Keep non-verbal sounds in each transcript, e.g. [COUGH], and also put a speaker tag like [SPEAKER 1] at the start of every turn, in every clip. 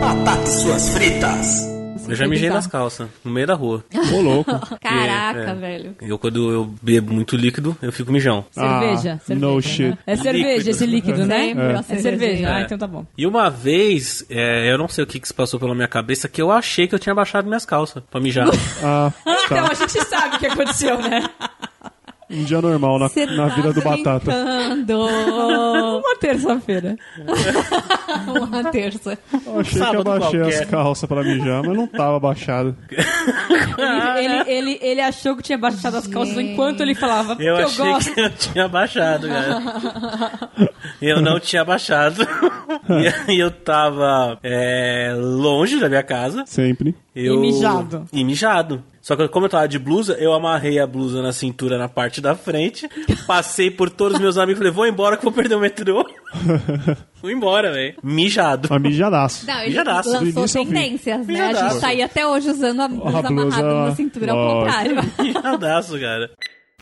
[SPEAKER 1] Batata e suas fritas.
[SPEAKER 2] Eu já mijei nas calças, no meio da rua.
[SPEAKER 3] Ô, [LAUGHS] louco.
[SPEAKER 4] Caraca,
[SPEAKER 2] É, é.
[SPEAKER 4] velho.
[SPEAKER 2] Eu, quando eu bebo muito líquido, eu fico mijão.
[SPEAKER 3] Ah,
[SPEAKER 5] Cerveja. cerveja
[SPEAKER 3] no
[SPEAKER 5] né?
[SPEAKER 3] shit.
[SPEAKER 5] É cerveja
[SPEAKER 2] Líquido.
[SPEAKER 5] esse líquido, né?
[SPEAKER 4] Sempre uma
[SPEAKER 5] É
[SPEAKER 4] cervejinha.
[SPEAKER 5] cerveja. Ah,
[SPEAKER 2] É.
[SPEAKER 5] então tá bom.
[SPEAKER 2] E uma vez, é, eu não sei o que, que se passou pela minha cabeça, que eu achei que eu tinha baixado minhas calças pra mijar.
[SPEAKER 3] Ah,
[SPEAKER 5] Então [LAUGHS]
[SPEAKER 3] tá.
[SPEAKER 5] a gente sabe o que aconteceu, né?
[SPEAKER 3] Um dia normal na,
[SPEAKER 4] Você
[SPEAKER 3] na
[SPEAKER 4] tá
[SPEAKER 3] vida do Batata.
[SPEAKER 4] brincando.
[SPEAKER 5] Uma terça-feira.
[SPEAKER 4] [LAUGHS] Uma terça.
[SPEAKER 3] Eu achei que eu
[SPEAKER 2] Sábado
[SPEAKER 3] baixei as
[SPEAKER 2] qualquer.
[SPEAKER 3] calças pra mijar, mas não tava baixado.
[SPEAKER 5] Ele, ele, ele, ele achou que tinha baixado as calças enquanto ele falava
[SPEAKER 2] Eu
[SPEAKER 5] que eu
[SPEAKER 2] achei
[SPEAKER 5] gosto.
[SPEAKER 2] que eu tinha baixado, cara. eu não tinha baixado.
[SPEAKER 5] [LAUGHS]
[SPEAKER 2] e aí eu tava é, longe da minha casa.
[SPEAKER 3] Sempre.
[SPEAKER 2] Eu...
[SPEAKER 5] mijado.
[SPEAKER 2] E mijado. Só que como eu tava de blusa, eu amarrei a blusa na cintura na parte da frente, passei por todos os meus amigos e falei, vou embora que eu vou perder o metrô. Fui embora, velho. Mijado.
[SPEAKER 3] Mas mijadaço.
[SPEAKER 4] Não, ele
[SPEAKER 2] Mijadaço, do
[SPEAKER 4] lançou
[SPEAKER 3] início ao fim.
[SPEAKER 4] tendências, né? A gente
[SPEAKER 2] Mijadaço.
[SPEAKER 4] tá aí até hoje usando a blusa
[SPEAKER 3] blusa-
[SPEAKER 4] amarrada na cintura, ao
[SPEAKER 3] Lógico.
[SPEAKER 4] contrário.
[SPEAKER 2] [LAUGHS] Mijadaço, cara.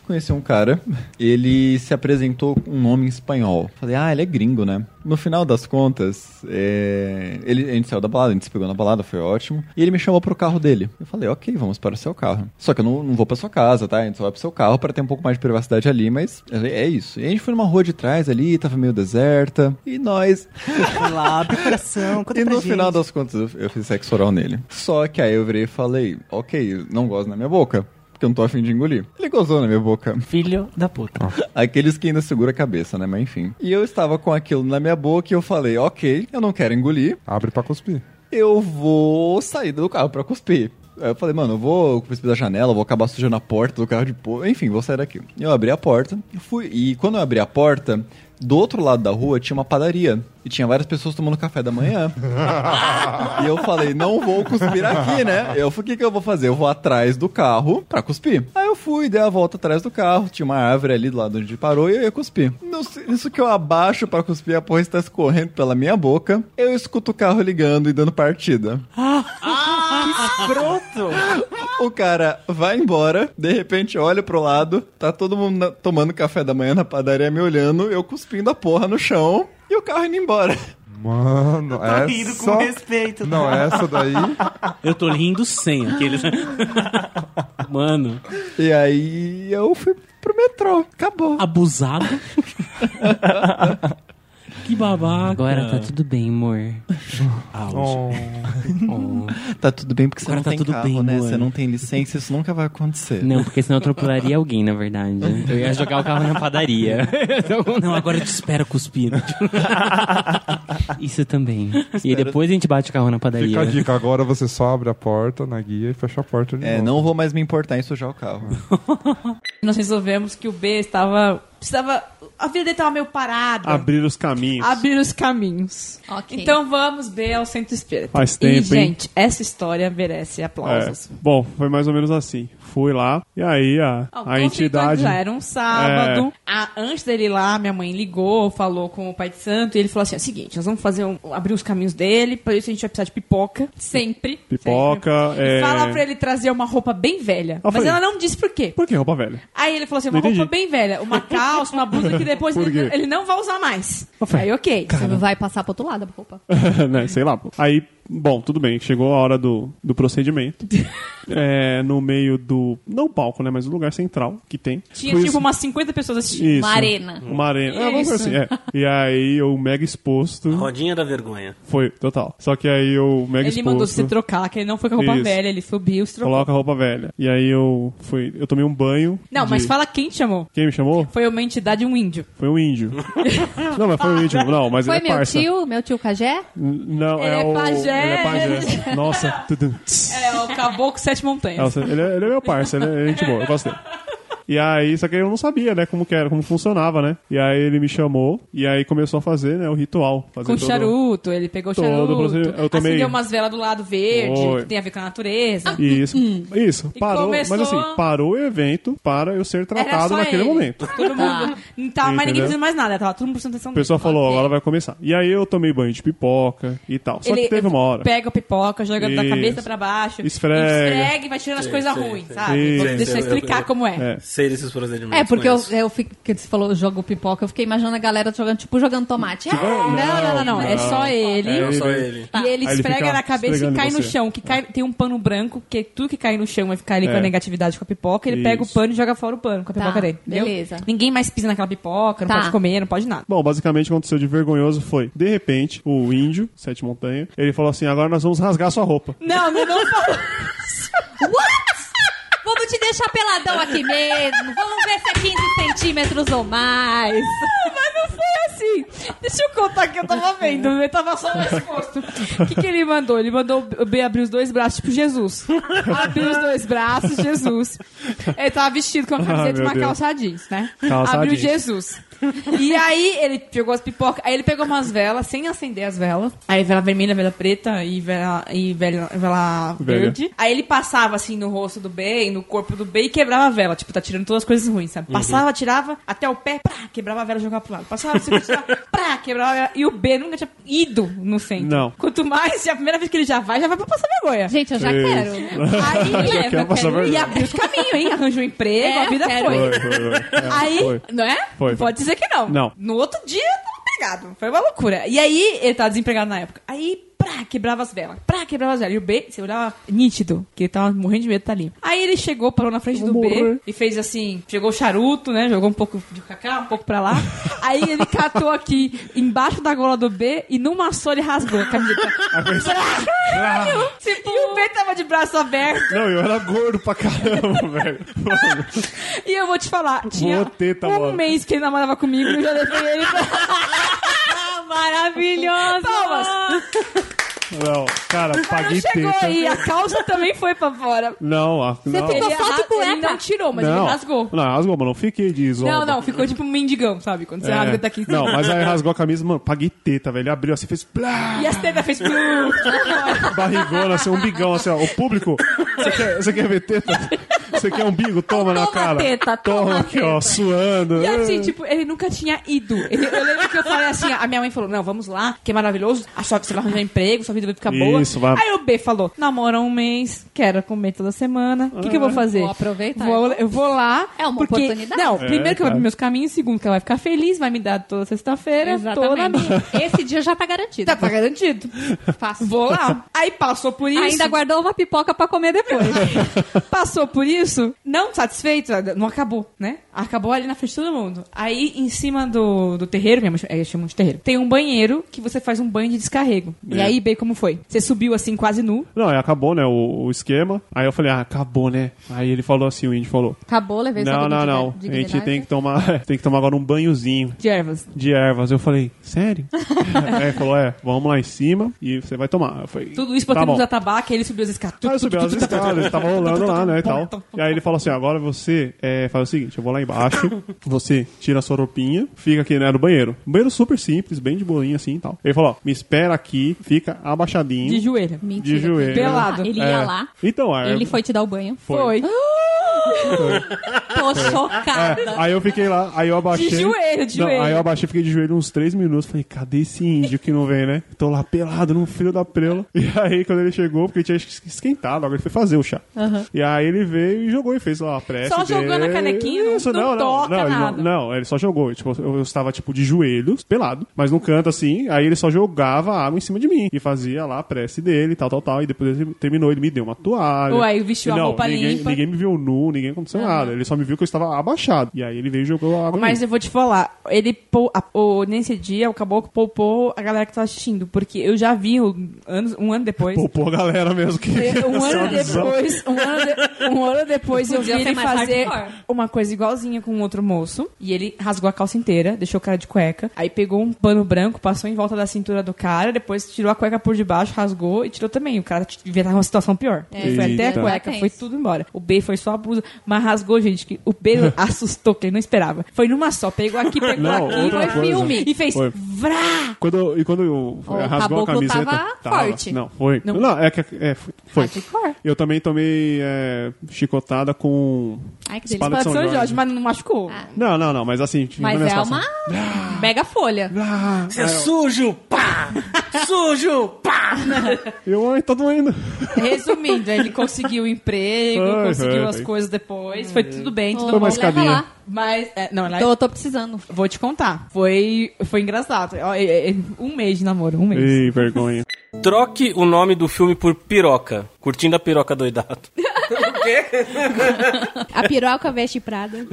[SPEAKER 6] Conheci um cara, ele se apresentou com um nome em espanhol. Falei, ah, ele é gringo, né? No final das contas, é, ele, a gente saiu da balada, a gente se pegou na balada, foi ótimo. E ele me chamou pro carro dele. Eu falei, ok, vamos para o seu carro. Só que eu não, não vou pra sua casa, tá? A gente só vai pro seu carro para ter um pouco mais de privacidade ali, mas ele, é isso. E a gente foi numa rua de trás ali, tava meio deserta. E nós,
[SPEAKER 7] Vai lá, abre o coração, conta
[SPEAKER 6] e
[SPEAKER 7] pra
[SPEAKER 6] no
[SPEAKER 7] gente.
[SPEAKER 6] final das contas eu, eu fiz sexo oral nele. Só que aí eu virei e falei, ok, não gosto na minha boca. Porque eu não tô afim de engolir. Ele gozou na minha boca.
[SPEAKER 7] Filho da puta.
[SPEAKER 6] [LAUGHS] Aqueles que ainda segura a cabeça, né? Mas enfim. E eu estava com aquilo na minha boca e eu falei, ok, eu não quero engolir.
[SPEAKER 8] Abre pra cuspir.
[SPEAKER 6] Eu vou sair do carro pra cuspir. Aí eu falei, mano, eu vou cuspir da janela, vou acabar sujando a porta do carro de pô. Enfim, vou sair daqui. Eu abri a porta, fui. E quando eu abri a porta, do outro lado da rua tinha uma padaria. E tinha várias pessoas tomando café
[SPEAKER 7] [LAUGHS]
[SPEAKER 6] da manhã. E eu falei, não vou cuspir aqui, né? Eu falei, o que, que eu vou fazer? Eu vou atrás do carro pra cuspir. Aí eu fui, dei a volta atrás do carro, tinha uma árvore ali do lado onde parou e eu ia cuspir. Não sei, Isso que eu abaixo pra cuspir, a porra está escorrendo pela minha boca. Eu escuto o carro ligando e dando partida. O cara vai embora, de repente olha pro lado, tá todo mundo na- tomando café da manhã na padaria me olhando, eu cuspindo a porra no chão e o carro indo embora.
[SPEAKER 8] Mano,
[SPEAKER 7] Tá
[SPEAKER 8] essa...
[SPEAKER 7] rindo com respeito.
[SPEAKER 8] Não, essa daí...
[SPEAKER 2] Eu tô rindo sem
[SPEAKER 7] [LAUGHS]
[SPEAKER 2] aqueles. Mano,
[SPEAKER 6] E aí eu fui pro metrô, acabou.
[SPEAKER 9] abusado.
[SPEAKER 2] que babaca.
[SPEAKER 9] Agora tá tudo bem, amor.
[SPEAKER 10] [LAUGHS]
[SPEAKER 8] Oh.
[SPEAKER 9] Oh.
[SPEAKER 6] Tá tudo bem porque você
[SPEAKER 9] Agora
[SPEAKER 6] não
[SPEAKER 9] tá
[SPEAKER 6] tem
[SPEAKER 9] tudo
[SPEAKER 6] carro,
[SPEAKER 9] bem,
[SPEAKER 6] né?
[SPEAKER 9] amor.
[SPEAKER 6] Você não tem licença, isso nunca vai acontecer.
[SPEAKER 9] Não, porque senão eu atropelaria alguém, na verdade. Eu ia jogar o carro na padaria. [LAUGHS] Não, agora eu te
[SPEAKER 10] [LAUGHS]
[SPEAKER 9] espero cuspindo. Isso também. E depois a gente bate o carro na padaria.
[SPEAKER 8] Fica a dica, agora você só abre a porta na guia e fecha a porta de
[SPEAKER 6] É,
[SPEAKER 8] novo.
[SPEAKER 6] não vou mais me importar em sujar o carro.
[SPEAKER 5] Nós resolvemos que o B estava. Precisava. A vida dele estava meio parada.
[SPEAKER 3] Abrir os caminhos.
[SPEAKER 5] Abrir os caminhos.
[SPEAKER 4] Ok.
[SPEAKER 5] Então vamos B ao centro espírita.
[SPEAKER 3] Faz
[SPEAKER 5] e,
[SPEAKER 3] tempo, hein?
[SPEAKER 5] gente, essa história merece
[SPEAKER 3] É.
[SPEAKER 5] aplausos.
[SPEAKER 3] Bom, foi mais ou menos assim. Fui lá, e aí a,
[SPEAKER 5] Ó,
[SPEAKER 3] a
[SPEAKER 5] conceituando
[SPEAKER 3] entidade. É.
[SPEAKER 5] Já era um sábado. Ah, antes dele ir lá, minha mãe ligou, falou com o pai de santo, e ele falou assim: é o seguinte, nós vamos fazer um- abrir os caminhos dele, por isso a gente vai precisar de pipoca. Sempre.
[SPEAKER 3] Pipoca,
[SPEAKER 5] Sempre.
[SPEAKER 3] é-
[SPEAKER 5] E fala pra ele trazer uma roupa bem velha.
[SPEAKER 3] Ah,
[SPEAKER 5] mas
[SPEAKER 3] foi.
[SPEAKER 5] ela não disse por quê.
[SPEAKER 3] Por que roupa velha? [LAUGHS]
[SPEAKER 5] Aí ele falou assim:
[SPEAKER 3] Não
[SPEAKER 5] uma roupa
[SPEAKER 3] entendi.
[SPEAKER 5] bem velha, uma calça, uma blusa que depois
[SPEAKER 3] [LAUGHS] Por
[SPEAKER 5] ele,
[SPEAKER 3] quê?
[SPEAKER 5] ele não vai usar mais. Aí, ok.
[SPEAKER 4] Você não vai passar pro outro lado a roupa.
[SPEAKER 3] né? Sei lá. pô. Aí, bom, tudo bem. Chegou a hora do, do
[SPEAKER 5] [LAUGHS]
[SPEAKER 3] procedimento. É, no meio do. Não o palco, né? Mas o lugar central que tem.
[SPEAKER 5] Tinha
[SPEAKER 3] Fui-
[SPEAKER 5] tipo umas 50 pessoas assistindo.
[SPEAKER 3] Isso.
[SPEAKER 4] Uma arena.
[SPEAKER 3] Uma arena. É, vamos
[SPEAKER 5] Isso.
[SPEAKER 3] assim, é. E aí eu mega exposto.
[SPEAKER 2] Rodinha da vergonha.
[SPEAKER 3] Foi, total. Só que aí eu mega
[SPEAKER 5] Ele mandou
[SPEAKER 3] exposto.
[SPEAKER 5] se trocar, que ele não foi com a roupa
[SPEAKER 3] Isso.
[SPEAKER 5] velha, ele subiu, se trocou.
[SPEAKER 3] Coloca a roupa velha. E aí eu fui. Eu tomei um banho.
[SPEAKER 5] Não,
[SPEAKER 3] de-
[SPEAKER 5] mas fala quem te chamou.
[SPEAKER 3] Quem me chamou?
[SPEAKER 5] Foi uma entidade, um índio.
[SPEAKER 3] Foi um índio.
[SPEAKER 5] [LAUGHS]
[SPEAKER 3] não, mas foi um índio. Não, mas
[SPEAKER 4] Foi
[SPEAKER 3] ele é
[SPEAKER 4] meu
[SPEAKER 3] parça.
[SPEAKER 4] tio, meu tio Cajé?
[SPEAKER 3] N- Não,
[SPEAKER 5] Ele
[SPEAKER 3] é,
[SPEAKER 5] é
[SPEAKER 3] o.
[SPEAKER 5] pajé,
[SPEAKER 3] Ele é pajé.
[SPEAKER 5] [LAUGHS] ele-
[SPEAKER 3] Nossa, tudo.
[SPEAKER 5] É, o Caboclo Sete
[SPEAKER 3] É,
[SPEAKER 5] Montanhas.
[SPEAKER 3] você- ele, é, ele é meu parceiro, ele é gente boa, eu gosto dele. E E aí, só que eu não sabia, né, como que era, como funcionava, né? E aí ele me chamou e aí começou a fazer, né, o ritual. Fazer
[SPEAKER 5] Com
[SPEAKER 3] todo-
[SPEAKER 5] charuto, ele pegou
[SPEAKER 3] Todo
[SPEAKER 5] charuto.
[SPEAKER 3] procedimento. Eu tomei-
[SPEAKER 5] Acendeu umas velas do lado verde,
[SPEAKER 3] Foi.
[SPEAKER 5] que tem a ver com a natureza. [LAUGHS]
[SPEAKER 3] Isso, isso.
[SPEAKER 5] E
[SPEAKER 3] parou,
[SPEAKER 5] começou-
[SPEAKER 3] mas assim, parou o evento para eu ser
[SPEAKER 5] Era
[SPEAKER 3] tratado
[SPEAKER 5] só
[SPEAKER 3] naquele
[SPEAKER 5] ele.
[SPEAKER 3] momento.
[SPEAKER 5] Todo mundo. Não tava mais ninguém
[SPEAKER 3] Entendeu?
[SPEAKER 5] fazendo mais nada, tava todo mundo prestando atenção
[SPEAKER 3] O
[SPEAKER 5] nele.
[SPEAKER 3] pessoal falou,
[SPEAKER 5] Ok.
[SPEAKER 3] agora vai começar. E aí eu tomei banho de pipoca e tal. Só que teve uma hora.
[SPEAKER 5] Pega a pipoca, joga da
[SPEAKER 3] Isso.
[SPEAKER 5] cabeça pra baixo.
[SPEAKER 3] Esfrega.
[SPEAKER 5] Esfrega e vai tirando as coisas
[SPEAKER 2] sei,
[SPEAKER 5] ruins,
[SPEAKER 2] sei.
[SPEAKER 5] sabe? Vou
[SPEAKER 3] Isso.
[SPEAKER 5] deixar eu
[SPEAKER 2] Eu- eu-
[SPEAKER 5] explicar
[SPEAKER 2] eu-
[SPEAKER 5] como é.
[SPEAKER 3] É.
[SPEAKER 2] Sei desses procedimentos.
[SPEAKER 4] É, porque eu,
[SPEAKER 2] conheço.
[SPEAKER 4] eu fico, que você falou, jogo pipoca, eu fiquei imaginando a galera jogando, tipo, jogando tomate. Ah,
[SPEAKER 5] Não, não, não, não. É só ele.
[SPEAKER 2] É só ele.
[SPEAKER 5] E ele
[SPEAKER 3] Aí ele
[SPEAKER 5] esfrega
[SPEAKER 3] fica
[SPEAKER 5] na cabeça e
[SPEAKER 3] esfregando
[SPEAKER 5] cai
[SPEAKER 3] em
[SPEAKER 5] no
[SPEAKER 3] você.
[SPEAKER 5] chão. Que cai, tem um pano branco, que tudo que cai no chão vai ficar ali com
[SPEAKER 3] É.
[SPEAKER 5] a negatividade com a pipoca. Ele
[SPEAKER 3] Isso.
[SPEAKER 5] pega o pano e joga fora o pano com a
[SPEAKER 4] Tá,
[SPEAKER 5] pipoca dele. entendeu?
[SPEAKER 4] beleza.
[SPEAKER 5] Ninguém mais pisa naquela pipoca, não
[SPEAKER 4] Tá.
[SPEAKER 5] pode comer, não pode nada.
[SPEAKER 3] Bom, basicamente o que aconteceu de vergonhoso foi, de repente, o índio, Sete Montanha, ele falou assim: agora nós vamos rasgar sua roupa.
[SPEAKER 5] Não, não, não falou.
[SPEAKER 4] É, What? Vamos te deixar peladão aqui mesmo. Vamos ver se é 15 centímetros ou mais.
[SPEAKER 5] [LAUGHS] Mas não foi assim. Deixa eu contar que eu tava vendo. Eu tava só no exposto. O que, que ele mandou? Ele mandou o B abrir os dois braços,
[SPEAKER 3] [LAUGHS]
[SPEAKER 5] tipo Jesus. Abriu os dois braços, Jesus. Ele tava vestido com uma
[SPEAKER 3] Ah,
[SPEAKER 5] camiseta
[SPEAKER 3] meu
[SPEAKER 5] e uma
[SPEAKER 3] Deus.
[SPEAKER 5] calça jeans, né?
[SPEAKER 3] Calça
[SPEAKER 5] Abriu
[SPEAKER 3] jeans.
[SPEAKER 5] Jesus. E aí ele pegou as pipocas, aí ele pegou umas velas, sem acender as velas. Aí vela vermelha, vela preta e vela, e vela, vela
[SPEAKER 3] Velha.
[SPEAKER 5] verde. Aí ele passava assim no rosto do bem, no corpo do bem e quebrava a vela. Tipo, tá tirando todas as coisas ruins, sabe?
[SPEAKER 3] Uhum.
[SPEAKER 5] Passava, tirava até o pé, prá, quebrava a vela e jogava pro lado. Passava, se
[SPEAKER 3] [LAUGHS]
[SPEAKER 5] tirava, prá, quebrava a vela. E o B nunca tinha ido no centro.
[SPEAKER 3] Não.
[SPEAKER 5] Quanto mais, a primeira vez que ele já vai, já vai pra passar vergonha.
[SPEAKER 4] Gente, eu já
[SPEAKER 3] Isso.
[SPEAKER 4] quero. né?
[SPEAKER 5] Aí
[SPEAKER 3] [LAUGHS]
[SPEAKER 5] leva,
[SPEAKER 3] quero passar
[SPEAKER 5] quero- e
[SPEAKER 3] vergonha.
[SPEAKER 5] abriu os caminhos, hein? Arranjou emprego,
[SPEAKER 4] É,
[SPEAKER 5] a vida
[SPEAKER 4] quero.
[SPEAKER 5] foi.
[SPEAKER 3] Foi, foi, foi. É,
[SPEAKER 5] Aí,
[SPEAKER 3] foi.
[SPEAKER 5] não é?
[SPEAKER 3] Foi,
[SPEAKER 5] Não
[SPEAKER 3] foi.
[SPEAKER 5] Pode dizer que não.
[SPEAKER 3] Não.
[SPEAKER 5] No outro dia, tava pegado. Foi uma loucura. E aí, ele tava desempregado na época. Aí, pra, quebrava as velas. Pra, quebrava as velas. E o B, você olhava nítido, que ele tava morrendo de medo de tá ali. Aí ele chegou, parou na frente do B e fez assim, chegou o charuto, né? Jogou um pouco de cacá, um pouco pra [LAUGHS] lá. aí ele catou aqui, embaixo da gola do B e numa só ele rasgou a camiseta. [LAUGHS] Caralho! Tipo, e o B tava de braço aberto.
[SPEAKER 3] "Ah, Não, eu era gordo pra caramba, [LAUGHS] velho. Mano,
[SPEAKER 5] E eu vou te falar, tinha
[SPEAKER 3] ter, tá
[SPEAKER 5] um
[SPEAKER 3] bom.
[SPEAKER 5] mês que ele namorava comigo e eu já levei ele pra... [LAUGHS]
[SPEAKER 4] Maravilhoso.
[SPEAKER 5] Palmas.
[SPEAKER 3] não, cara, paguei
[SPEAKER 5] chegou
[SPEAKER 3] teta.
[SPEAKER 5] aí, a calça também foi pra fora.
[SPEAKER 3] Não, a, não.
[SPEAKER 4] ficou-
[SPEAKER 5] Ele,
[SPEAKER 4] só de
[SPEAKER 5] arra-
[SPEAKER 4] cueca.
[SPEAKER 5] ele não tirou, mas
[SPEAKER 3] não,
[SPEAKER 5] ele rasgou.
[SPEAKER 3] Não, rasgou, mano. Não fiquei de isola.
[SPEAKER 5] Não, não, ficou tipo um mendigão, sabe? Quando você
[SPEAKER 3] É.
[SPEAKER 5] rasga daqui.
[SPEAKER 3] Não, mas aí rasgou a camisa, mano, paguei teta, velho. Ele abriu assim, fez plá,
[SPEAKER 5] E as tetas fez... plu.
[SPEAKER 3] barrigona, assim, umbigão, assim, ó. O público, você quer, você quer ver teta? Você quer umbigo? Toma, na
[SPEAKER 4] Toma
[SPEAKER 3] cara.
[SPEAKER 4] teta, toma
[SPEAKER 3] aqui, ó, suando.
[SPEAKER 5] E assim, tipo, ele nunca tinha ido. Ele- eu lembro que eu falei assim, a minha mãe falou, não, vamos lá, que é maravilhoso, a sua, você vai arranjar emprego, sua vida vai ficar boa.
[SPEAKER 3] Isso, vai.
[SPEAKER 5] Aí o B falou, namora um mês, quero comer toda semana, o que, que eu vou
[SPEAKER 3] Ah.
[SPEAKER 5] fazer?
[SPEAKER 4] Vou aproveitar.
[SPEAKER 5] Vou- eu vou lá.
[SPEAKER 4] É uma
[SPEAKER 5] porque-
[SPEAKER 4] oportunidade.
[SPEAKER 5] Não, primeiro que eu vou
[SPEAKER 3] cara.
[SPEAKER 5] abrir meus caminhos, segundo que ela vai ficar feliz, vai me dar toda sexta-feira, toda
[SPEAKER 4] Exatamente.
[SPEAKER 5] minha.
[SPEAKER 4] Esse dia já tá garantido.
[SPEAKER 5] Tá, tá garantido.
[SPEAKER 4] Fácil.
[SPEAKER 5] Vou lá. Aí passou por isso.
[SPEAKER 4] Ainda guardou uma pipoca pra comer depois.
[SPEAKER 5] [LAUGHS] Passou por isso, não satisfeito, não acabou, né? Acabou ali na frente de todo mundo. Aí, em cima do, do terreiro, minha mãe chama- é, chama de terreiro, tem um banheiro que você faz um banho de descarrego. E
[SPEAKER 3] É.
[SPEAKER 5] aí, bem como foi? Você subiu assim, quase nu.
[SPEAKER 3] Não, aí acabou, né, o, o esquema. Aí eu falei, ah, acabou, né? Aí ele falou assim, o índio falou,
[SPEAKER 4] Acabou, levei
[SPEAKER 3] não,
[SPEAKER 4] sua
[SPEAKER 3] não, não.
[SPEAKER 4] digni-
[SPEAKER 3] A gente
[SPEAKER 4] dignidade.
[SPEAKER 3] tem que tomar, [LAUGHS] tem que tomar agora um banhozinho
[SPEAKER 5] De ervas.
[SPEAKER 3] de ervas. Eu falei, sério? [LAUGHS] aí ele falou, é, vamos lá em cima e você vai tomar. Eu falei,
[SPEAKER 5] Tudo isso
[SPEAKER 3] tá
[SPEAKER 5] botando
[SPEAKER 3] bom.
[SPEAKER 5] nos atabaques, ele subiu as escadas.
[SPEAKER 3] Aí eu subi as escadas, tava rolando lá, né, e tal. E aí ele falou assim, agora você é, faz o seguinte, eu vou lá embaixo, [LAUGHS] você tira a sua roupinha, fica aqui, né, no banheiro. Um banheiro super simples, bem de boinha assim e tal. Ele falou, ó, me espera aqui, fica abaixadinho.
[SPEAKER 5] De joelho.
[SPEAKER 4] Mentira.
[SPEAKER 3] de joelho.
[SPEAKER 4] Ele ia lá,
[SPEAKER 5] Pelado.
[SPEAKER 4] Ele ia
[SPEAKER 3] É.
[SPEAKER 4] lá.
[SPEAKER 3] Então, aí...
[SPEAKER 4] Ele foi te dar o banho.
[SPEAKER 5] Foi.
[SPEAKER 3] Ah!
[SPEAKER 4] Tô chocada.
[SPEAKER 3] É, aí eu fiquei lá, aí eu abaixei.
[SPEAKER 5] De joelho, de
[SPEAKER 3] Não,
[SPEAKER 5] joelho.
[SPEAKER 3] Aí eu abaixei, fiquei de joelho uns três minutos. Falei, cadê esse índio que não vem, né? Tô lá pelado, num frio da prela. E aí, quando ele chegou, porque tinha es- esquentado, agora ele foi fazer o chá. E aí ele veio e jogou e fez lá a prece.
[SPEAKER 5] Só
[SPEAKER 3] dele.
[SPEAKER 5] jogando a canequinha, não- não toca
[SPEAKER 3] ele
[SPEAKER 5] nada.
[SPEAKER 3] não, ele só jogou. Tipo, eu, eu estava, tipo, de joelhos, pelado, mas num canto assim. Aí ele só jogava a água em cima de mim e fazia lá a prece dele, tal, tal, tal. E depois ele terminou, ele me deu uma toalha.
[SPEAKER 5] Ué, aí vestiu a
[SPEAKER 3] Não,
[SPEAKER 5] roupa
[SPEAKER 3] ninguém,
[SPEAKER 5] limpa.
[SPEAKER 3] Ninguém me viu nu, ninguém aconteceu nada. Ele só me viu que eu estava abaixado. E aí ele veio e jogou a água. em
[SPEAKER 5] Mas
[SPEAKER 3] mim.
[SPEAKER 5] eu vou te falar, ele pou, a- o- nesse dia o caboclo poupou a galera que tava assistindo, porque eu já vi um, anos, um ano depois.
[SPEAKER 3] Poupou a galera mesmo que.
[SPEAKER 5] Um ano
[SPEAKER 3] visão.
[SPEAKER 5] depois, um ano, de- um ano depois eu vi
[SPEAKER 4] Podia ser
[SPEAKER 5] ele
[SPEAKER 4] mais
[SPEAKER 5] fazer
[SPEAKER 4] hardcore.
[SPEAKER 5] uma coisa igualzinha com um outro moço. E ele rasgou a calça inteira, deixou o cara de cueca. Aí pegou um pano branco, passou em volta da cintura do cara, depois tirou a cueca por debaixo, rasgou e tirou também. O cara t- devia estar numa situação pior.
[SPEAKER 4] É,
[SPEAKER 5] foi até a
[SPEAKER 3] Eita.
[SPEAKER 5] cueca, foi tudo embora. O B foi só a blusa. mas rasgou, gente, que o
[SPEAKER 3] [LAUGHS]
[SPEAKER 5] Pedro assustou, que ele não esperava. Foi numa só, pegou aqui, pegou
[SPEAKER 3] Não,
[SPEAKER 5] aqui,
[SPEAKER 3] outra
[SPEAKER 5] foi
[SPEAKER 3] coisa.
[SPEAKER 5] filme. E fez
[SPEAKER 3] Foi.
[SPEAKER 5] vrá!
[SPEAKER 3] Quando, eu- e quando eu
[SPEAKER 4] O
[SPEAKER 3] rasgou a
[SPEAKER 4] caboclo
[SPEAKER 3] camiseta.
[SPEAKER 4] tava forte. Tá
[SPEAKER 3] Não, foi.
[SPEAKER 5] Não.
[SPEAKER 3] Não, é que. É, foi. foi.
[SPEAKER 4] Hardcore.
[SPEAKER 3] Eu também tomei é, chicotada com.
[SPEAKER 4] Ai, que delícia.
[SPEAKER 3] espada de São
[SPEAKER 5] São
[SPEAKER 3] Jorge.
[SPEAKER 5] Jorge, mas não machucou.
[SPEAKER 4] Ah,
[SPEAKER 3] Não, não, não, mas assim. tive
[SPEAKER 4] Mas
[SPEAKER 3] na minha
[SPEAKER 4] é
[SPEAKER 3] situação.
[SPEAKER 4] uma
[SPEAKER 5] Mega folha.
[SPEAKER 2] Você é sujo, pá! sujo, pá!
[SPEAKER 3] Eu, ai, tá doendo.
[SPEAKER 5] Resumindo, ele conseguiu o emprego,
[SPEAKER 3] Foi,
[SPEAKER 5] conseguiu
[SPEAKER 3] foi,
[SPEAKER 5] as
[SPEAKER 3] foi.
[SPEAKER 5] coisas depois, foi tudo bem, tudo
[SPEAKER 3] Foi
[SPEAKER 5] bom.
[SPEAKER 3] uma escadinha.
[SPEAKER 4] lá.
[SPEAKER 5] Mas, é, não, ela
[SPEAKER 4] Tô, tô precisando.
[SPEAKER 5] Vou te contar. Foi, foi engraçado. Ó, é, é, Um mês de namoro, um
[SPEAKER 3] [LAUGHS]
[SPEAKER 5] mês.
[SPEAKER 3] Ei, vergonha.
[SPEAKER 2] Troque o nome do filme por Piroca. Curtindo a piroca [LAUGHS] doidado.
[SPEAKER 4] A piroca veste Prada. [LAUGHS]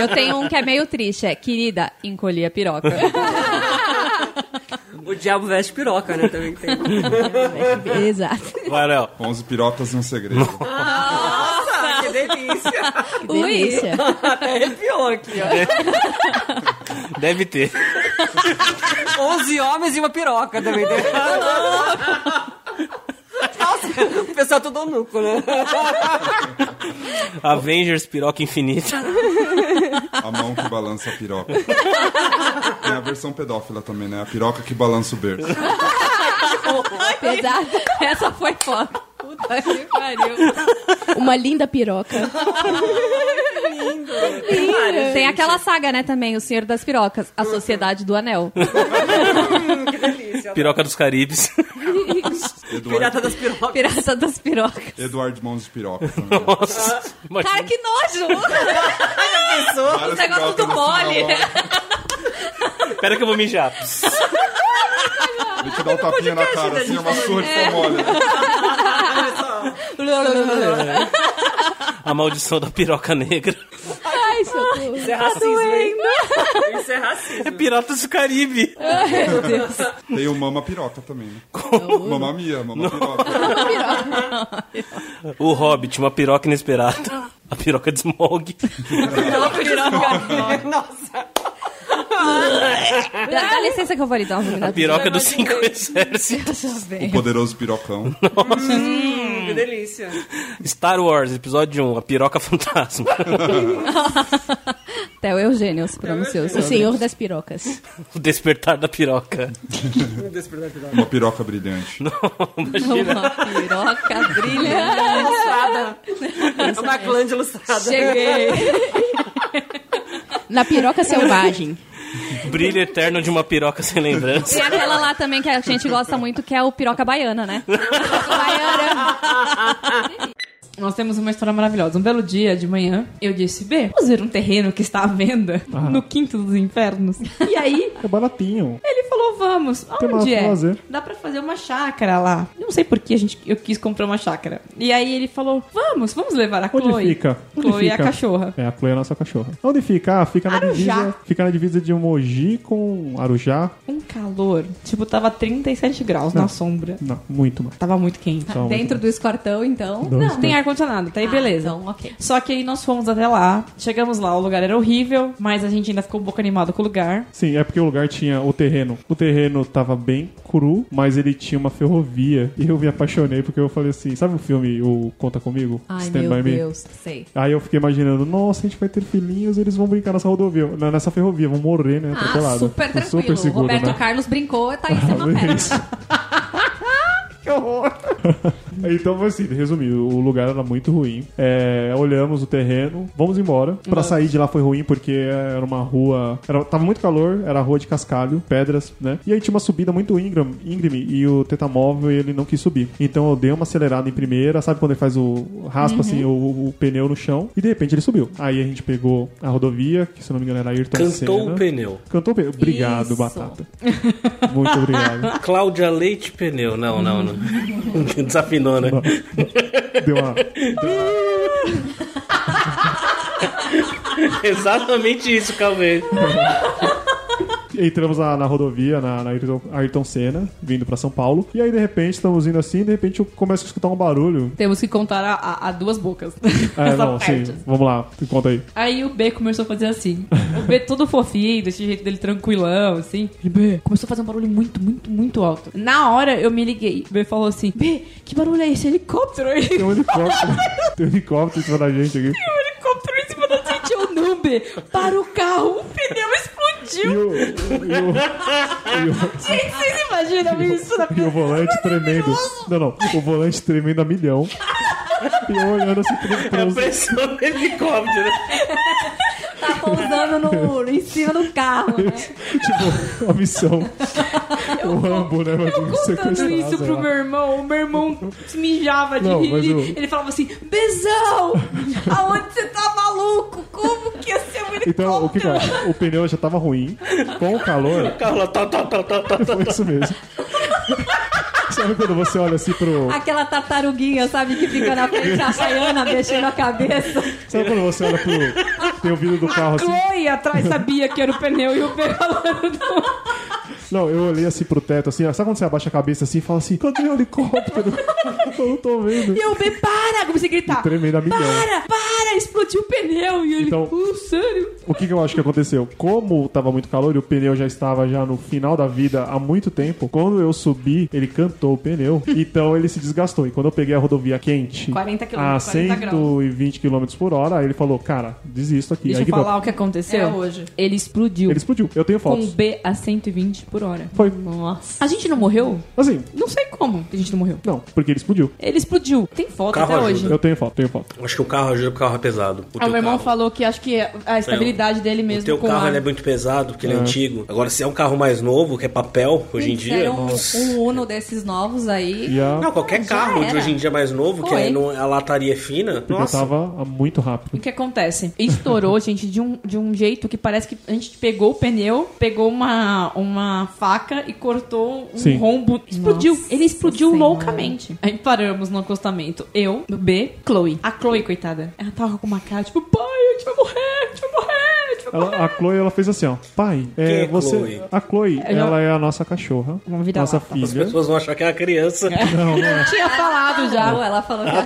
[SPEAKER 4] Eu tenho um que é meio triste, é querida, encolhi a piroca.
[SPEAKER 11] [LAUGHS] O diabo veste piroca, né? Também tem.
[SPEAKER 4] [LAUGHS] Exato.
[SPEAKER 2] Vai, Léo.
[SPEAKER 8] 11 pirocas e um segredo.
[SPEAKER 11] Ah, que delícia!
[SPEAKER 4] Ui, Delícia.
[SPEAKER 11] Até arrepiou aqui, [LAUGHS]
[SPEAKER 2] Deve ter.
[SPEAKER 11] ó. 11 homens e uma piroca também né? tem. Nossa, o pessoal todo nuco, né?
[SPEAKER 2] Avengers Piroca Infinita.
[SPEAKER 8] A mão que balança a piroca. Tem a versão pedófila também, né? A piroca que balança o berço.
[SPEAKER 4] pesado. Essa foi foda. Puta que pariu. Uma linda piroca. Lindo. Tem aquela saga, né, também, O Senhor das Pirocas, A Sociedade do Anel.
[SPEAKER 2] Piroca dos Caribes.
[SPEAKER 11] Pirata
[SPEAKER 8] Eduardo,
[SPEAKER 11] das pirocas.
[SPEAKER 4] Pirata das Pirocas.
[SPEAKER 8] Eduardo Mãos de Piroca. também.
[SPEAKER 2] Nossa.
[SPEAKER 4] Cara, que nojo!
[SPEAKER 8] Várias
[SPEAKER 4] Esse negócio
[SPEAKER 8] pirocas
[SPEAKER 4] tudo
[SPEAKER 8] assim,
[SPEAKER 4] mole.
[SPEAKER 2] Espera que eu vou mijar.
[SPEAKER 8] ó. Ele te dá um tapinha na cara, assim, é uma surra de pau mole. né?
[SPEAKER 2] A maldição da piroca negra.
[SPEAKER 4] Ai, socorro.
[SPEAKER 11] Isso é racismo, hein? Isso é racismo.
[SPEAKER 2] Piratas do Caribe.
[SPEAKER 8] Tem o Mama Piroca também, né? Mama Mia, Mama Piroca.
[SPEAKER 2] O Hobbit, uma piroca inesperada. A piroca de Smog.
[SPEAKER 11] Nossa.
[SPEAKER 4] Dá, dá licença que eu vou lhe dar um
[SPEAKER 2] A piroca dos cinco exércitos.
[SPEAKER 8] O poderoso pirocão.
[SPEAKER 11] Que delícia.
[SPEAKER 2] Star Wars, episódio 1, a piroca fantasma.
[SPEAKER 4] Até o Eugênio se pronunciou. O Senhor das Pirocas.
[SPEAKER 2] O despertar da piroca.
[SPEAKER 8] Uma piroca brilhante.
[SPEAKER 4] Uma piroca brilhante.
[SPEAKER 11] Lustrada. É uma glande lustrada.
[SPEAKER 4] Cheguei.
[SPEAKER 5] Na piroca selvagem.
[SPEAKER 2] Brilho eterno de uma piroca sem lembrança.
[SPEAKER 4] Tem aquela lá também que a gente gosta muito, que é o piroca baiana, né? Piroca baiana.
[SPEAKER 5] Nós temos uma história maravilhosa. Um belo dia de manhã, eu disse: B, vamos ver um terreno que está à venda
[SPEAKER 3] Ah.
[SPEAKER 5] no quinto dos infernos. E aí,
[SPEAKER 3] É baratinho.
[SPEAKER 5] ele falou: vamos.
[SPEAKER 3] Tem
[SPEAKER 5] Onde
[SPEAKER 3] nada pra
[SPEAKER 5] é?
[SPEAKER 3] fazer.
[SPEAKER 5] Dá pra fazer uma chácara lá. Eu Não sei por que a gente, eu quis comprar uma chácara. E aí ele falou: vamos, vamos levar a
[SPEAKER 3] Onde
[SPEAKER 5] Chloe.
[SPEAKER 3] fica? Onde
[SPEAKER 5] Chloe é a
[SPEAKER 3] fica?
[SPEAKER 5] cachorra.
[SPEAKER 3] É, a Chloe é a nossa cachorra. Onde fica? Ah, fica na
[SPEAKER 5] Arujá.
[SPEAKER 3] divisa. Fica na divisa de Mogi com Arujá.
[SPEAKER 5] Um calor. Tipo, tava 37 graus na
[SPEAKER 3] Não.
[SPEAKER 5] sombra.
[SPEAKER 3] Não, muito mais.
[SPEAKER 5] Tava muito quente.
[SPEAKER 3] Só um-
[SPEAKER 4] Dentro do escortão, então.
[SPEAKER 3] Dois,
[SPEAKER 5] Não, tem ar-condicionado, tá aí, beleza.
[SPEAKER 4] Então, ok.
[SPEAKER 5] Só que aí nós fomos até lá, chegamos lá, o lugar era horrível, mas a gente ainda ficou um pouco animado com o lugar.
[SPEAKER 3] Sim, é porque o lugar tinha o terreno. O terreno tava bem cru, mas ele tinha uma ferrovia. E eu me apaixonei porque eu falei assim: sabe o filme O Conta Comigo?
[SPEAKER 4] Ai,
[SPEAKER 3] Stand
[SPEAKER 4] meu
[SPEAKER 3] By Me?
[SPEAKER 4] Deus. Sei.
[SPEAKER 3] Aí eu fiquei imaginando, nossa, a gente vai ter filhinhos, eles vão brincar nessa rodovia, na- nessa ferrovia, vão morrer, né?
[SPEAKER 4] Ah,
[SPEAKER 3] atropelado.
[SPEAKER 4] super
[SPEAKER 3] Foi
[SPEAKER 4] tranquilo.
[SPEAKER 3] Super seguro,
[SPEAKER 4] Roberto
[SPEAKER 3] né?
[SPEAKER 4] Carlos brincou, tá em cima
[SPEAKER 3] Olha
[SPEAKER 4] pé.
[SPEAKER 3] isso. Que horror! então foi assim, resumindo, o lugar era muito ruim. É, olhamos o terreno, vamos embora. Pra sair de lá foi ruim porque era uma rua. Era, tava muito calor, era rua de cascalho, pedras, né? E aí tinha uma subida muito íngreme, íngreme e o tetamóvel ele não quis subir. Então eu dei uma acelerada em primeira, sabe quando ele faz o raspa assim, o, o pneu no chão, e de repente ele subiu. Aí a gente pegou a rodovia, que se não me engano era Ayrton
[SPEAKER 2] Cantou
[SPEAKER 3] Senna.
[SPEAKER 2] o pneu.
[SPEAKER 3] Cantou o pneu. Obrigado,
[SPEAKER 4] Isso.
[SPEAKER 3] Batata. Muito
[SPEAKER 2] [LAUGHS]
[SPEAKER 3] obrigado.
[SPEAKER 2] Cláudia Leite Pneu. Não, não, [LAUGHS] não. Desafinou, né?
[SPEAKER 3] Deu uma.
[SPEAKER 2] Exatamente isso, Calvê.
[SPEAKER 3] entramos na, na rodovia, na, na Ayrton, Ayrton Senna, vindo pra São Paulo. E aí, de repente, estamos indo assim, de repente eu começo a escutar um barulho.
[SPEAKER 5] Temos que contar a, a- a duas bocas.
[SPEAKER 3] É,
[SPEAKER 5] [LAUGHS] Essa
[SPEAKER 3] não,
[SPEAKER 5] parte.
[SPEAKER 3] sim, vamos lá, conta aí.
[SPEAKER 5] Aí o B começou a fazer assim. O B todo fofinho, desse jeito dele tranquilão, assim. E B começou a fazer um barulho muito, muito, muito alto. Na hora eu me liguei. O B falou assim: B, que barulho é esse? Helicóptero aí.
[SPEAKER 3] Tem um helicóptero, [LAUGHS] tem um helicóptero em cima da gente aqui.
[SPEAKER 5] um helicóptero em cima da gente. Eu não, B. Para o carro, o pneu
[SPEAKER 3] E
[SPEAKER 5] explodiu.
[SPEAKER 3] o, e o- e o-
[SPEAKER 5] [LAUGHS] Gente, vocês imaginam isso Tá na
[SPEAKER 3] E o volante tremendo. Não, não. O volante tremendo a milhão. E eu olhando assim pro,
[SPEAKER 2] É a
[SPEAKER 3] pros-
[SPEAKER 2] pressão do helicóptero.
[SPEAKER 4] Tá pousando no, em cima do carro, né?
[SPEAKER 3] tipo, a missão. o Rambo, né? Mas de
[SPEAKER 5] Contando
[SPEAKER 3] sequestrar,
[SPEAKER 5] isso
[SPEAKER 3] sei
[SPEAKER 5] pro
[SPEAKER 3] lá.
[SPEAKER 5] meu irmão, o meu irmão se mijava de
[SPEAKER 3] Não,
[SPEAKER 5] rir.
[SPEAKER 3] mas o-
[SPEAKER 5] Ele falava assim: Bezão, aonde você tá maluco? Como que ia ser um helicóptero?
[SPEAKER 3] Então, o que que é? O pneu já tava ruim. Com o calor,
[SPEAKER 2] O carro lá, tá, tá, tá, tá, tá, tá.
[SPEAKER 3] foi isso
[SPEAKER 5] [LAUGHS]
[SPEAKER 3] mesmo. Sabe quando você olha assim pro.
[SPEAKER 4] Aquela tartaruguinha, sabe, que fica na frente da Sayana mexendo a cabeça.
[SPEAKER 3] Sabe quando você olha pro. Tem o vidro do carro assim.
[SPEAKER 5] Chloe atrás sabia que era o pneu e o pneu falando.
[SPEAKER 3] Não, eu olhei assim pro teto, assim, ó, sabe quando você abaixa a cabeça assim e fala assim, cadê o helicóptero? [LAUGHS] eu não tô vendo.
[SPEAKER 5] E eu, B, para! Comecei a gritar.
[SPEAKER 3] Tremendo a milhão.
[SPEAKER 5] Para, para, explodiu o pneu. E ele,
[SPEAKER 3] Então-
[SPEAKER 5] "Uh, sério?
[SPEAKER 3] O que, que eu acho que aconteceu? Como tava muito calor e o pneu já estava já no final da vida há muito tempo, quando eu subi, ele cantou o pneu, então ele se desgastou. E quando eu peguei a rodovia quente
[SPEAKER 5] 40 quilômetros,
[SPEAKER 3] a
[SPEAKER 5] 40
[SPEAKER 3] 120 km por hora, aí ele falou, cara, desisto aqui.
[SPEAKER 5] Deixa
[SPEAKER 3] aí
[SPEAKER 5] eu
[SPEAKER 3] que deu.
[SPEAKER 5] falar o que aconteceu.
[SPEAKER 4] É hoje.
[SPEAKER 5] Ele explodiu
[SPEAKER 3] Ele explodiu. Eu tenho
[SPEAKER 5] com
[SPEAKER 3] fotos.
[SPEAKER 5] o B a 120 por hora.
[SPEAKER 3] Foi.
[SPEAKER 4] Nossa.
[SPEAKER 5] A gente não morreu?
[SPEAKER 3] Assim,
[SPEAKER 5] Não sei como que a gente não morreu.
[SPEAKER 3] não, porque ele explodiu.
[SPEAKER 5] Ele explodiu. Tem foto
[SPEAKER 2] Carro
[SPEAKER 5] até
[SPEAKER 2] ajuda.
[SPEAKER 5] hoje.
[SPEAKER 3] Eu tenho foto, tenho foto.
[SPEAKER 2] Acho que o carro ajuda porque o carro é pesado. O
[SPEAKER 5] Ah,
[SPEAKER 2] teu
[SPEAKER 5] meu irmão
[SPEAKER 2] carro.
[SPEAKER 5] falou que acho que a estabilidade dele
[SPEAKER 2] O
[SPEAKER 5] mesmo
[SPEAKER 2] teu
[SPEAKER 5] com
[SPEAKER 2] carro
[SPEAKER 5] ar.
[SPEAKER 2] ele é muito pesado, porque ele é antigo. Agora, se é um carro mais novo, que é papel, hoje em dia...
[SPEAKER 4] Fizeram um, um Uno desses novos aí.
[SPEAKER 3] E
[SPEAKER 5] um
[SPEAKER 3] a
[SPEAKER 2] Não, qualquer
[SPEAKER 4] Já
[SPEAKER 2] carro de
[SPEAKER 4] era.
[SPEAKER 2] hoje em dia mais novo, que é
[SPEAKER 4] Foi.
[SPEAKER 2] não- a lataria é fina,
[SPEAKER 3] porque
[SPEAKER 2] nossa,
[SPEAKER 3] tava ah, muito
[SPEAKER 5] O
[SPEAKER 3] rápido.
[SPEAKER 5] que acontece? Estourou, [LAUGHS] gente, de um, de um jeito que parece que a gente pegou o pneu, pegou uma, uma faca e cortou um
[SPEAKER 3] Sim.
[SPEAKER 5] rombo. Explodiu.
[SPEAKER 4] Nossa
[SPEAKER 5] Ele explodiu
[SPEAKER 4] Senhora.
[SPEAKER 5] loucamente. Aí paramos no acostamento. Eu, o B, Chloe. A Chloe, coitada. Ela tava com uma cara tipo, pai, a gente vai morrer, a gente vai morrer, a gente vai morrer.
[SPEAKER 3] Ela- a Chloe, ela fez assim, ó. Pai, é,
[SPEAKER 2] Quem é
[SPEAKER 3] você...
[SPEAKER 2] Chloe?
[SPEAKER 3] A Chloe,
[SPEAKER 5] já-
[SPEAKER 3] ela é a nossa cachorra.
[SPEAKER 5] Vamos virar
[SPEAKER 3] Nossa
[SPEAKER 5] lá, tá?
[SPEAKER 2] as
[SPEAKER 3] filha.
[SPEAKER 2] pessoas vão achar que é uma criança.
[SPEAKER 5] Eu tinha falado já.
[SPEAKER 4] Falou, ela falou que a
[SPEAKER 3] E,
[SPEAKER 2] né?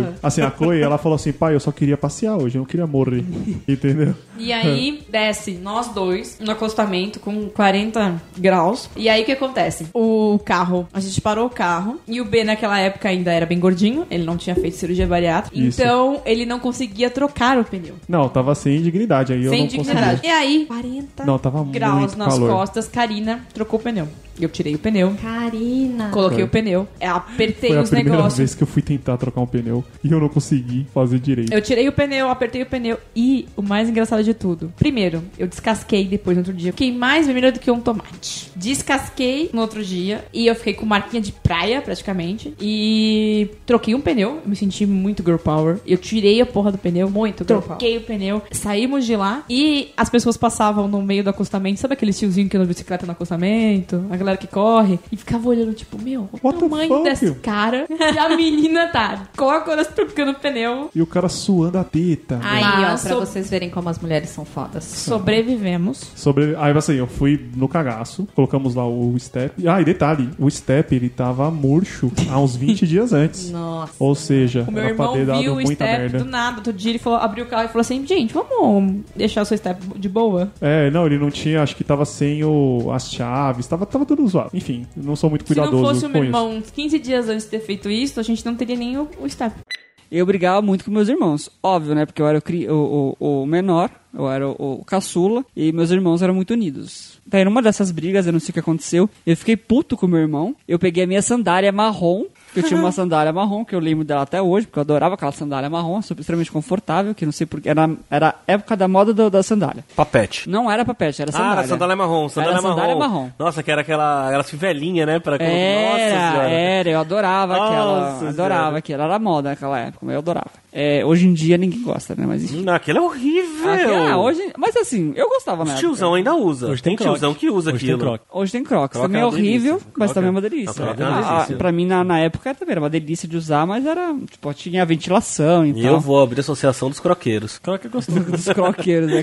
[SPEAKER 4] cachorra.
[SPEAKER 3] assim, a Chloe, ela falou assim, pai, eu só queria passear hoje, eu não queria
[SPEAKER 5] [LAUGHS]
[SPEAKER 3] morrer. Entendeu?
[SPEAKER 5] E
[SPEAKER 3] Hum.
[SPEAKER 5] aí desce nós dois no acostamento com 40 graus. E aí o que acontece? O carro, a gente parou o carro e o B naquela época ainda era bem gordinho, ele não tinha feito cirurgia bariátrica,
[SPEAKER 3] Isso.
[SPEAKER 5] então ele não conseguia trocar o pneu.
[SPEAKER 3] Não, tava sem dignidade, aí eu
[SPEAKER 5] sem
[SPEAKER 3] não
[SPEAKER 5] dignidade.
[SPEAKER 3] conseguia.
[SPEAKER 5] E aí, 40
[SPEAKER 3] Não, tava
[SPEAKER 5] graus
[SPEAKER 3] muito
[SPEAKER 5] nas
[SPEAKER 3] calor.
[SPEAKER 5] costas, Karina trocou o pneu. Eu tirei o pneu,
[SPEAKER 4] Karina.
[SPEAKER 5] coloquei o pneu, É, apertei
[SPEAKER 3] Foi a
[SPEAKER 5] os
[SPEAKER 3] primeira
[SPEAKER 5] negócios.
[SPEAKER 3] vez que eu fui tentar trocar um pneu e eu não consegui fazer direito.
[SPEAKER 5] Eu tirei o pneu, apertei o pneu e o mais engraçado de tudo. Primeiro, eu descasquei depois no outro dia. Fiquei mais vermelha do que um tomate. Descasquei no outro dia e eu fiquei com marquinha de praia praticamente. E troquei um pneu. Eu me senti muito girl power. Eu tirei a porra do pneu, muito girl power. Troquei o pneu, saímos de lá e as pessoas passavam no meio do acostamento. Sabe aquele tiozinho que anda de bicicleta no acostamento? A galera que corre e ficava olhando, tipo, meu, o
[SPEAKER 3] What the
[SPEAKER 5] tamanho
[SPEAKER 3] fuck?
[SPEAKER 5] desse cara. [LAUGHS] E a menina tá, coca, ela trocando o pneu.
[SPEAKER 3] E o cara suando a teta.
[SPEAKER 5] Ai.
[SPEAKER 3] Aí...
[SPEAKER 4] Aí, ó,
[SPEAKER 5] Ah,
[SPEAKER 4] pra
[SPEAKER 5] sou-
[SPEAKER 4] vocês verem como as mulheres são fodas.
[SPEAKER 5] Sobrevivemos.
[SPEAKER 3] Sobre... Aí, assim, eu fui no cagaço, colocamos lá o step. Ah, e detalhe, o step, ele tava murcho há uns 20
[SPEAKER 5] [LAUGHS]
[SPEAKER 3] dias antes.
[SPEAKER 4] Nossa.
[SPEAKER 3] Ou seja,
[SPEAKER 5] O meu
[SPEAKER 3] era pra
[SPEAKER 5] irmão
[SPEAKER 3] ter
[SPEAKER 5] viu
[SPEAKER 3] dado
[SPEAKER 5] o
[SPEAKER 3] muita
[SPEAKER 5] step
[SPEAKER 3] merda.
[SPEAKER 5] do nada. Outro dia ele falou, abriu o carro e falou assim: gente, vamos deixar o seu step de boa.
[SPEAKER 3] É, não, ele não tinha, acho que tava sem o, as chaves, tava, tava tudo zoado. Enfim, não sou muito cuidadoso
[SPEAKER 5] Se não fosse o meu
[SPEAKER 3] com isso.
[SPEAKER 5] irmão uns 15 dias antes de ter feito isso, a gente não teria nem o, o step.
[SPEAKER 12] eu brigava muito com meus irmãos. Óbvio, né? Porque eu era o, cri- o- o- o menor, eu era o, o caçula, e meus irmãos eram muito unidos. Daí, numa dessas brigas, eu não sei o que aconteceu, eu fiquei puto com meu irmão. Eu peguei a minha sandália marrom, que eu tinha uma sandália marrom, que eu lembro dela até hoje, porque eu adorava aquela sandália marrom, super, extremamente confortável, que não sei porque. Era, era a época da moda do- da sandália.
[SPEAKER 2] Papete.
[SPEAKER 12] Não era papete,
[SPEAKER 9] É
[SPEAKER 12] era
[SPEAKER 2] Ah,
[SPEAKER 12] sandália.
[SPEAKER 2] a sandália marrom, sandália,
[SPEAKER 12] Era sandália marrom.
[SPEAKER 2] Nossa, que era aquela, aquela fivelinha, né? Pra... Nossa
[SPEAKER 12] Era,
[SPEAKER 2] senhora.
[SPEAKER 9] é.
[SPEAKER 12] era, eu adorava
[SPEAKER 2] Nossa
[SPEAKER 12] aquela.
[SPEAKER 2] Senhora.
[SPEAKER 12] Adorava aquela. Era moda naquela época, mas eu adorava. É, É, hoje em dia ninguém gosta, né? Mas enfim.
[SPEAKER 2] Não, aquilo é horrível.
[SPEAKER 12] Ah,
[SPEAKER 9] é
[SPEAKER 12] hoje, mas assim, eu gostava na
[SPEAKER 2] Os
[SPEAKER 12] época.
[SPEAKER 2] tiozão ainda usa.
[SPEAKER 12] Hoje
[SPEAKER 2] Hoje
[SPEAKER 12] tem
[SPEAKER 2] tem,
[SPEAKER 12] Crocs.
[SPEAKER 2] tiozão que usa
[SPEAKER 12] Hoje tem
[SPEAKER 2] aquilo.
[SPEAKER 12] Crocs. Hoje tem Crocs. também é horrível, mas também é uma delícia.
[SPEAKER 2] Crocs é uma
[SPEAKER 12] Ah,
[SPEAKER 2] delícia.
[SPEAKER 12] pra mim, na, na época, também era uma delícia de usar, mas era, tipo, tinha ventilação e
[SPEAKER 2] E
[SPEAKER 12] tal.
[SPEAKER 2] eu vou abrir a associação dos croqueiros.
[SPEAKER 10] Então. Croque é gostoso. [LAUGHS]
[SPEAKER 12] [LAUGHS] Dos croqueiros, é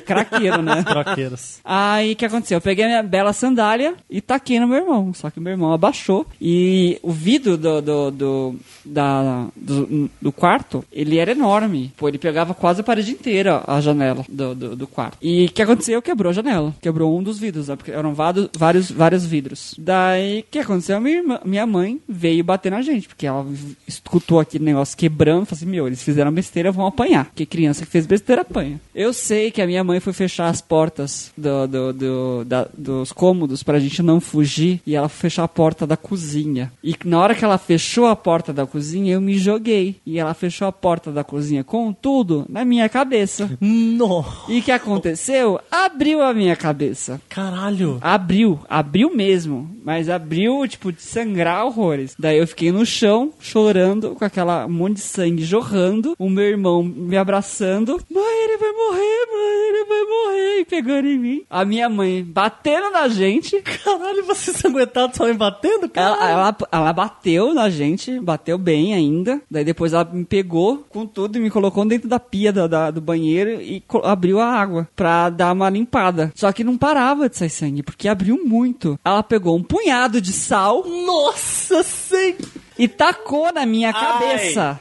[SPEAKER 2] [LAUGHS]
[SPEAKER 12] craqueiro, né?
[SPEAKER 10] Croqueiros.
[SPEAKER 12] Aí o que aconteceu? Eu peguei a minha bela sandália e taquei no meu irmão. Só que meu irmão abaixou e o vidro do, do, do, da, do, do quarto, ele era enorme. Pô, ele pegava quase a parede inteira a janela do, do, do quarto. E o que aconteceu? Quebrou a janela. Quebrou um dos vidros, né? Porque eram vado- vários, vários vidros. Daí o que aconteceu? Minha, irmã- minha mãe veio bater na gente, porque ela escutou aquele negócio quebrando. Falou assim: Meu, eles fizeram besteira, vão apanhar. Porque criança que fez besteira apanha. Eu sei que a minha mãe foi fechar as portas do, do, do- da- dos cômodos pra gente não fugir. E ela foi fechar a porta da cozinha. E na hora que ela fechou a porta da cozinha, eu me joguei. E ela fechou a porta da cozinha com tudo na minha cabeça.
[SPEAKER 10] Não.
[SPEAKER 12] E o que aconteceu? Abriu a minha cabeça.
[SPEAKER 10] Caralho.
[SPEAKER 12] Abriu, abriu mesmo. Mas abriu, tipo, de sangrar horrores. Daí eu fiquei no chão, chorando, com aquela um monte de sangue jorrando. O meu irmão me abraçando. Mãe, ele vai morrer, mãe, ele vai morrer. E pegando em mim. A minha mãe batendo na gente.
[SPEAKER 10] Caralho, você sanguentado só me batendo,
[SPEAKER 12] cara? Ela, ela, ela bateu na gente, bateu bem ainda. Daí depois ela me pegou com tudo e me colocou dentro da pia da, da- do banheiro e co- abriu a água pra dar uma limpada. Só que não parava de sair sangue, porque abriu muito. Ela pegou um punhado de sal.
[SPEAKER 10] Nossa, sei!
[SPEAKER 12] E tacou na minha cabeça.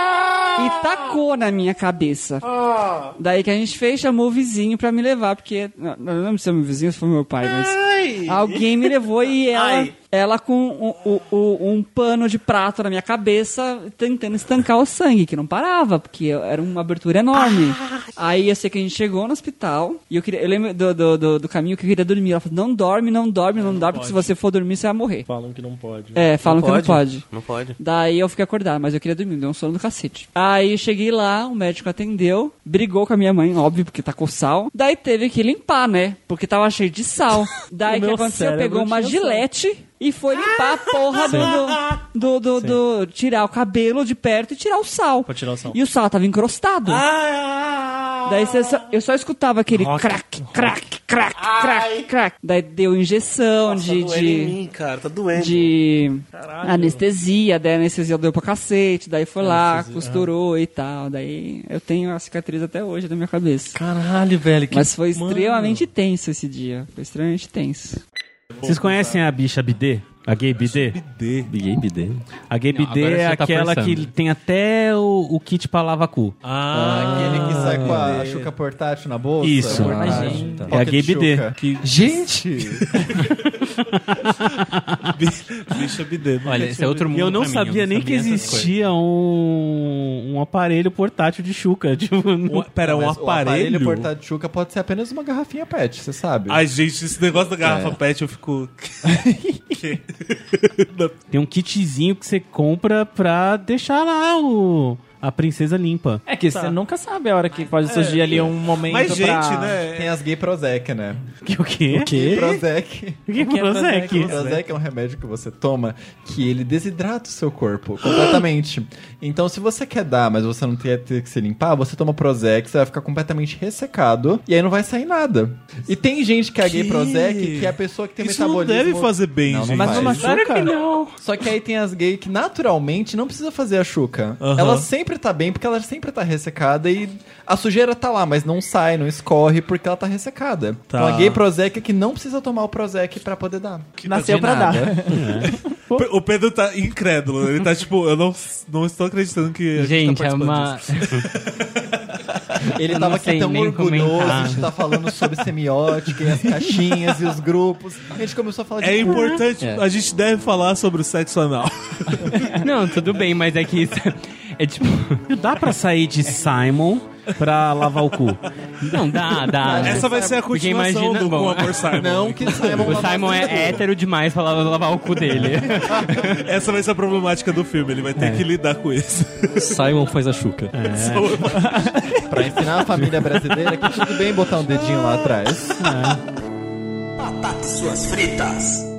[SPEAKER 12] E tacou na minha cabeça.
[SPEAKER 10] Ah.
[SPEAKER 12] Daí que a gente fez, chamou o vizinho pra me levar, porque. Não, não lembro se é meu vizinho ou se foi meu pai, mas.
[SPEAKER 10] Ai.
[SPEAKER 12] Alguém me levou
[SPEAKER 10] [LAUGHS]
[SPEAKER 12] e ela.
[SPEAKER 10] Ai.
[SPEAKER 12] Ela com um, um- um- um pano de prato na minha cabeça, tentando estancar o sangue, que não parava, porque era uma abertura enorme. Aí eu sei que a gente chegou no hospital, e eu, queria, eu lembro do, do, do- do caminho que eu queria dormir. Ela falou: não dorme, não dorme, não, dorme, porque se
[SPEAKER 10] pode.
[SPEAKER 12] você for dormir, você vai morrer.
[SPEAKER 10] Falam que não pode.
[SPEAKER 12] É, falam que não pode.
[SPEAKER 2] Não pode.
[SPEAKER 12] Daí eu fiquei acordado, mas eu queria dormir, deu um sono do cacete. Aí eu cheguei lá, o médico atendeu, brigou com a minha mãe, óbvio, porque tá com sal. Daí teve que limpar, né? Porque tava cheio de
[SPEAKER 10] [LAUGHS]
[SPEAKER 12] sal. Daí
[SPEAKER 10] O
[SPEAKER 12] o que
[SPEAKER 10] meu
[SPEAKER 12] aconteceu?
[SPEAKER 10] cérebro
[SPEAKER 12] Pegou uma
[SPEAKER 10] tinha sal.
[SPEAKER 12] gilete e foi limpar a porra
[SPEAKER 10] [LAUGHS]
[SPEAKER 12] do. do, do, do- tirar o cabelo de perto e tirar o sal.
[SPEAKER 10] Pra tirar o sal. Ah,
[SPEAKER 12] E o sal tava encrostado. Daí você só- eu só escutava aquele crack, crack, crack, crack, crack. Daí deu injeção de.
[SPEAKER 2] doendo
[SPEAKER 12] de-
[SPEAKER 2] em mim, cara, tá doendo.
[SPEAKER 12] De
[SPEAKER 2] Caralho.
[SPEAKER 12] anestesia, daí a anestesia deu pra cacete, daí foi lá,
[SPEAKER 10] Anestesia,
[SPEAKER 12] costurou e tal. Daí eu tenho a cicatriz até hoje na minha cabeça.
[SPEAKER 10] Caralho, velho. que-
[SPEAKER 12] Mas foi
[SPEAKER 10] Mano.
[SPEAKER 12] extremamente tenso esse dia. Foi extremamente tenso.
[SPEAKER 10] Vocês conhecem a bicha bidê? A gay bidê? Bidê. Gay bidê. A gay
[SPEAKER 9] Não,
[SPEAKER 10] bidê
[SPEAKER 9] agora
[SPEAKER 10] é
[SPEAKER 9] você tá
[SPEAKER 10] aquela
[SPEAKER 9] forçando.
[SPEAKER 10] que tem até o, o kit pra lavar cu.
[SPEAKER 6] Ah, aquele que sai com a chuca portátil na bolsa.
[SPEAKER 10] Isso.
[SPEAKER 6] Ah,
[SPEAKER 10] Imagina. É
[SPEAKER 6] Pocket
[SPEAKER 10] a gay bidê,
[SPEAKER 6] chuca.
[SPEAKER 10] que-
[SPEAKER 6] Gente!
[SPEAKER 10] Bicha bidê.
[SPEAKER 9] Olha, esse é outro mundo
[SPEAKER 10] Eu não
[SPEAKER 9] pra mim,
[SPEAKER 10] sabia
[SPEAKER 9] eu não
[SPEAKER 10] nem
[SPEAKER 9] sabia
[SPEAKER 10] que
[SPEAKER 9] essas
[SPEAKER 10] existia um, um aparelho portátil de chuca. [LAUGHS] Tipo, não-
[SPEAKER 6] Não, mas O um aparelho portátil de chuca pode ser apenas uma garrafinha pet, você sabe.
[SPEAKER 13] Ai, gente, esse negócio da garrafa
[SPEAKER 6] É.
[SPEAKER 13] pet eu fico.
[SPEAKER 10] Tem um kitzinho que você compra pra deixar lá o... a princesa limpa. Tá.
[SPEAKER 9] É que você nunca sabe a hora que pode surgir ali um momento
[SPEAKER 6] Mas, gente,
[SPEAKER 9] pra...
[SPEAKER 13] É,
[SPEAKER 6] né? Tem as gay Prozac, né?
[SPEAKER 10] o quê?
[SPEAKER 6] O quê? [LAUGHS] Prozac.
[SPEAKER 10] O que que é Prozac?
[SPEAKER 6] Prozac é um remédio que você toma que ele desidrata o seu corpo
[SPEAKER 13] [GASPS]
[SPEAKER 6] completamente. então, se você quer dar, mas você não quer ter que se limpar, você toma Prozac, você vai ficar completamente ressecado e aí não vai sair nada. E tem gente que é gay
[SPEAKER 13] Que-
[SPEAKER 6] Prozac que é a pessoa que tem
[SPEAKER 13] Isso não
[SPEAKER 6] metabolismo...
[SPEAKER 13] deve fazer bem, gente. Mas não
[SPEAKER 10] assim?
[SPEAKER 6] faz.
[SPEAKER 13] machuca? Claro que
[SPEAKER 10] não.
[SPEAKER 6] Só que aí tem as gays que naturalmente não precisa fazer a chuca. Ela sempre tá bem porque ela sempre tá ressecada e a sujeira tá lá, mas não sai, não escorre porque ela tá ressecada.
[SPEAKER 13] Tá.
[SPEAKER 6] Então a gay Prozac é que não precisa tomar o Prozac pra poder dar.
[SPEAKER 13] Nasceu pra dar. Pe- O Pedro tá incrédulo. Ele tá tipo, eu não, não estou acreditando que. a
[SPEAKER 9] Gente,
[SPEAKER 13] tá
[SPEAKER 9] é
[SPEAKER 13] participando
[SPEAKER 9] uma-
[SPEAKER 13] disso.
[SPEAKER 6] Ele
[SPEAKER 9] Eu
[SPEAKER 6] tava
[SPEAKER 9] não
[SPEAKER 6] aqui
[SPEAKER 9] sei
[SPEAKER 6] tão
[SPEAKER 9] nem
[SPEAKER 6] orgulhoso
[SPEAKER 9] comentar.
[SPEAKER 6] de estar falando sobre semiótica e as caixinhas e os grupos. A gente começou a falar de
[SPEAKER 13] É importante, a gente deve falar sobre o sexo anal.
[SPEAKER 9] Não, tudo bem, mas é que isso é tipo...
[SPEAKER 10] Dá pra sair de Simon pra lavar o cu?
[SPEAKER 9] Não, dá, dá.
[SPEAKER 13] Essa vai ser a
[SPEAKER 9] Porque
[SPEAKER 13] continuação
[SPEAKER 9] imagina-
[SPEAKER 13] do
[SPEAKER 9] bom,
[SPEAKER 13] Com Amor Simon. Não
[SPEAKER 6] que
[SPEAKER 9] O Simon é hétero demais pra lavar, lavar o cu dele.
[SPEAKER 13] Essa vai ser a problemática do filme, ele vai
[SPEAKER 10] É.
[SPEAKER 13] ter que lidar com isso.
[SPEAKER 10] Simon faz a chuca.
[SPEAKER 6] pra ensinar a família brasileira que tudo bem botar um dedinho lá atrás.
[SPEAKER 1] Batatas suas fritas.